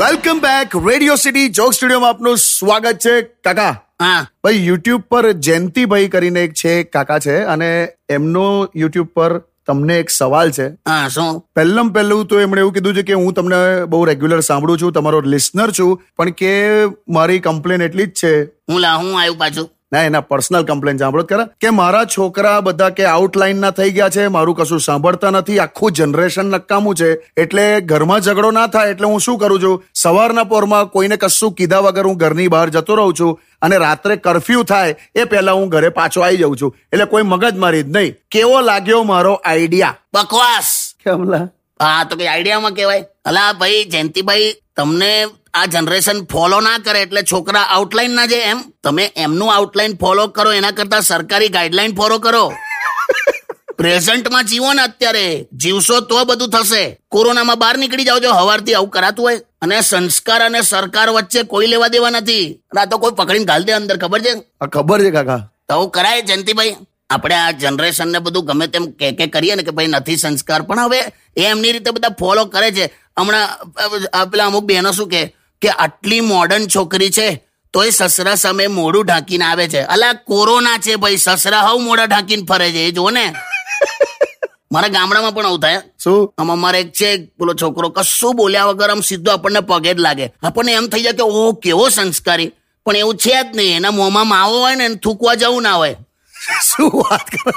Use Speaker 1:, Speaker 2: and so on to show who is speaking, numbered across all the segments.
Speaker 1: welcome back Radio City joke સ્ટુડિયોમાં આપનું સ્વાગત છે કાકા
Speaker 2: હા
Speaker 1: ભાઈ યુટ્યુબ પર જયંતિભાઈ કરીને એક છે કાકા છે અને એમનો યુટ્યુબ પર તમને એક સવાલ છે
Speaker 2: હા શું
Speaker 1: પહેલમ પહેલું તો એમણે એવું કીધું છે કે હું તમને બહુ રેગ્યુલર સાંભળું છું તમારો લિસનર છું પણ કે મારી કમ્પ્લેન એટલી જ છે
Speaker 2: હું લા હું આવ્યું પાછું
Speaker 1: ના એના પર્સનલ કમ્પ્લેન સાંભળો તો ખરા કે મારા છોકરા બધા કે આઉટલાઈન ના થઈ ગયા છે મારું કશું સાંભળતા નથી આખું જનરેશન નકામું છે એટલે ઘરમાં ઝઘડો ના થાય એટલે હું શું કરું છું સવારના પોરમાં કોઈને કશું કીધા વગર હું ઘરની બહાર જતો રહું છું અને રાત્રે કરફ્યુ થાય એ પહેલા હું ઘરે પાછો આવી જાઉં છું એટલે કોઈ મગજમારી જ નહીં કેવો લાગ્યો મારો આઈડિયા
Speaker 2: બકવાસ
Speaker 1: કેમલા
Speaker 2: હા તો કઈ આઈડિયામાં કહેવાય અલા ભાઈ જયંતિભાઈ તમને આ જનરેશન ફોલો ના કરે એટલે છોકરા આઉટલાઈન ના જાય એમ તમે એમનું આઉટલાઈન ફોલો કરો એના કરતા સરકારી ગાઈડલાઈન ફોલો કરો પ્રેઝન્ટમાં જીવો ને અત્યારે જીવશો તો બધું થશે કોરોનામાં બહાર નીકળી જાઓ જો હવારથી આવું કરાતું હોય અને સંસ્કાર અને સરકાર વચ્ચે કોઈ લેવા દેવા નથી અને આ તો કોઈ પકડીને ઘાલ દે અંદર ખબર છે
Speaker 1: આ ખબર છે કાકા
Speaker 2: તો આવું કરાય જયંતિભાઈ આપણે આ જનરેશનને બધું ગમે તેમ કે કે કરીએ ને કે ભાઈ નથી સંસ્કાર પણ હવે એ એમની રીતે બધા ફોલો કરે છે હમણાં અ, અ, પેલા અમુક બહેનો શું કે કે આટલી મોડર્ન છોકરી છે તો એ સસરા સામે મોઢું ઢાંકીને આવે છે અલા કોરોના છે ભાઈ સસરા હવ મોઢા ઢાંકીને ફરે છે એ જુઓ ને મારા ગામડામાં પણ આવું થાય
Speaker 1: શું
Speaker 2: આમ અમારે એક છે પેલો છોકરો કશું બોલ્યા વગર આમ સીધો આપણને પગે જ લાગે આપણને એમ થઈ જાય કે ઓહ કેવો સંસ્કારી પણ એવું છે જ નહીં એના મોંમાં માવો હોય ને એને થૂકવા જવું ના હોય
Speaker 1: શું વાત કરો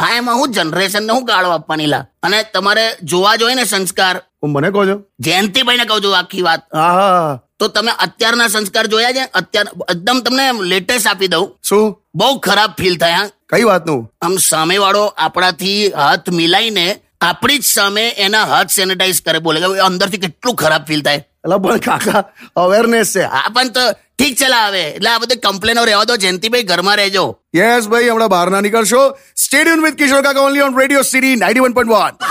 Speaker 2: હા એમાં હું જનરેશનને હું ગાળો આપવાની લા અને તમારે જોવા જોઈએ ને સંસ્કાર
Speaker 1: હું મને કહો છો
Speaker 2: જયંતિભાઈને કહું છું આખી વાત
Speaker 1: હા હા
Speaker 2: તો તમે અત્યારના સંસ્કાર જોયા છે અત્યાર એકદમ તમને લેટેસ્ટ આપી દઉં
Speaker 1: શું
Speaker 2: બહુ ખરાબ ફીલ થાય હા
Speaker 1: કઈ વાતનું
Speaker 2: આમ સામેવાળો આપણાથી હાથ મિલાઈને આપણી જ સામે એના હાથ સેનેટાઈઝ કરે બોલે કે અંદરથી કેટલું ખરાબ ફીલ થાય
Speaker 1: એટલે પણ કાકા અવેરનેસ છે
Speaker 2: હા પણ તો ઠીક છે લા હવે એટલે આ બધી કમ્પ્લેનો રહેવા દો જયંતિભાઈ ઘરમાં રહેજો
Speaker 1: યસ ભાઈ હમણાં બહાર ના નીકળશો સ્ટેડિયમ વિથ કિશોર કાકા only on radio city ninety one point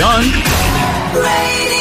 Speaker 1: one
Speaker 3: Radio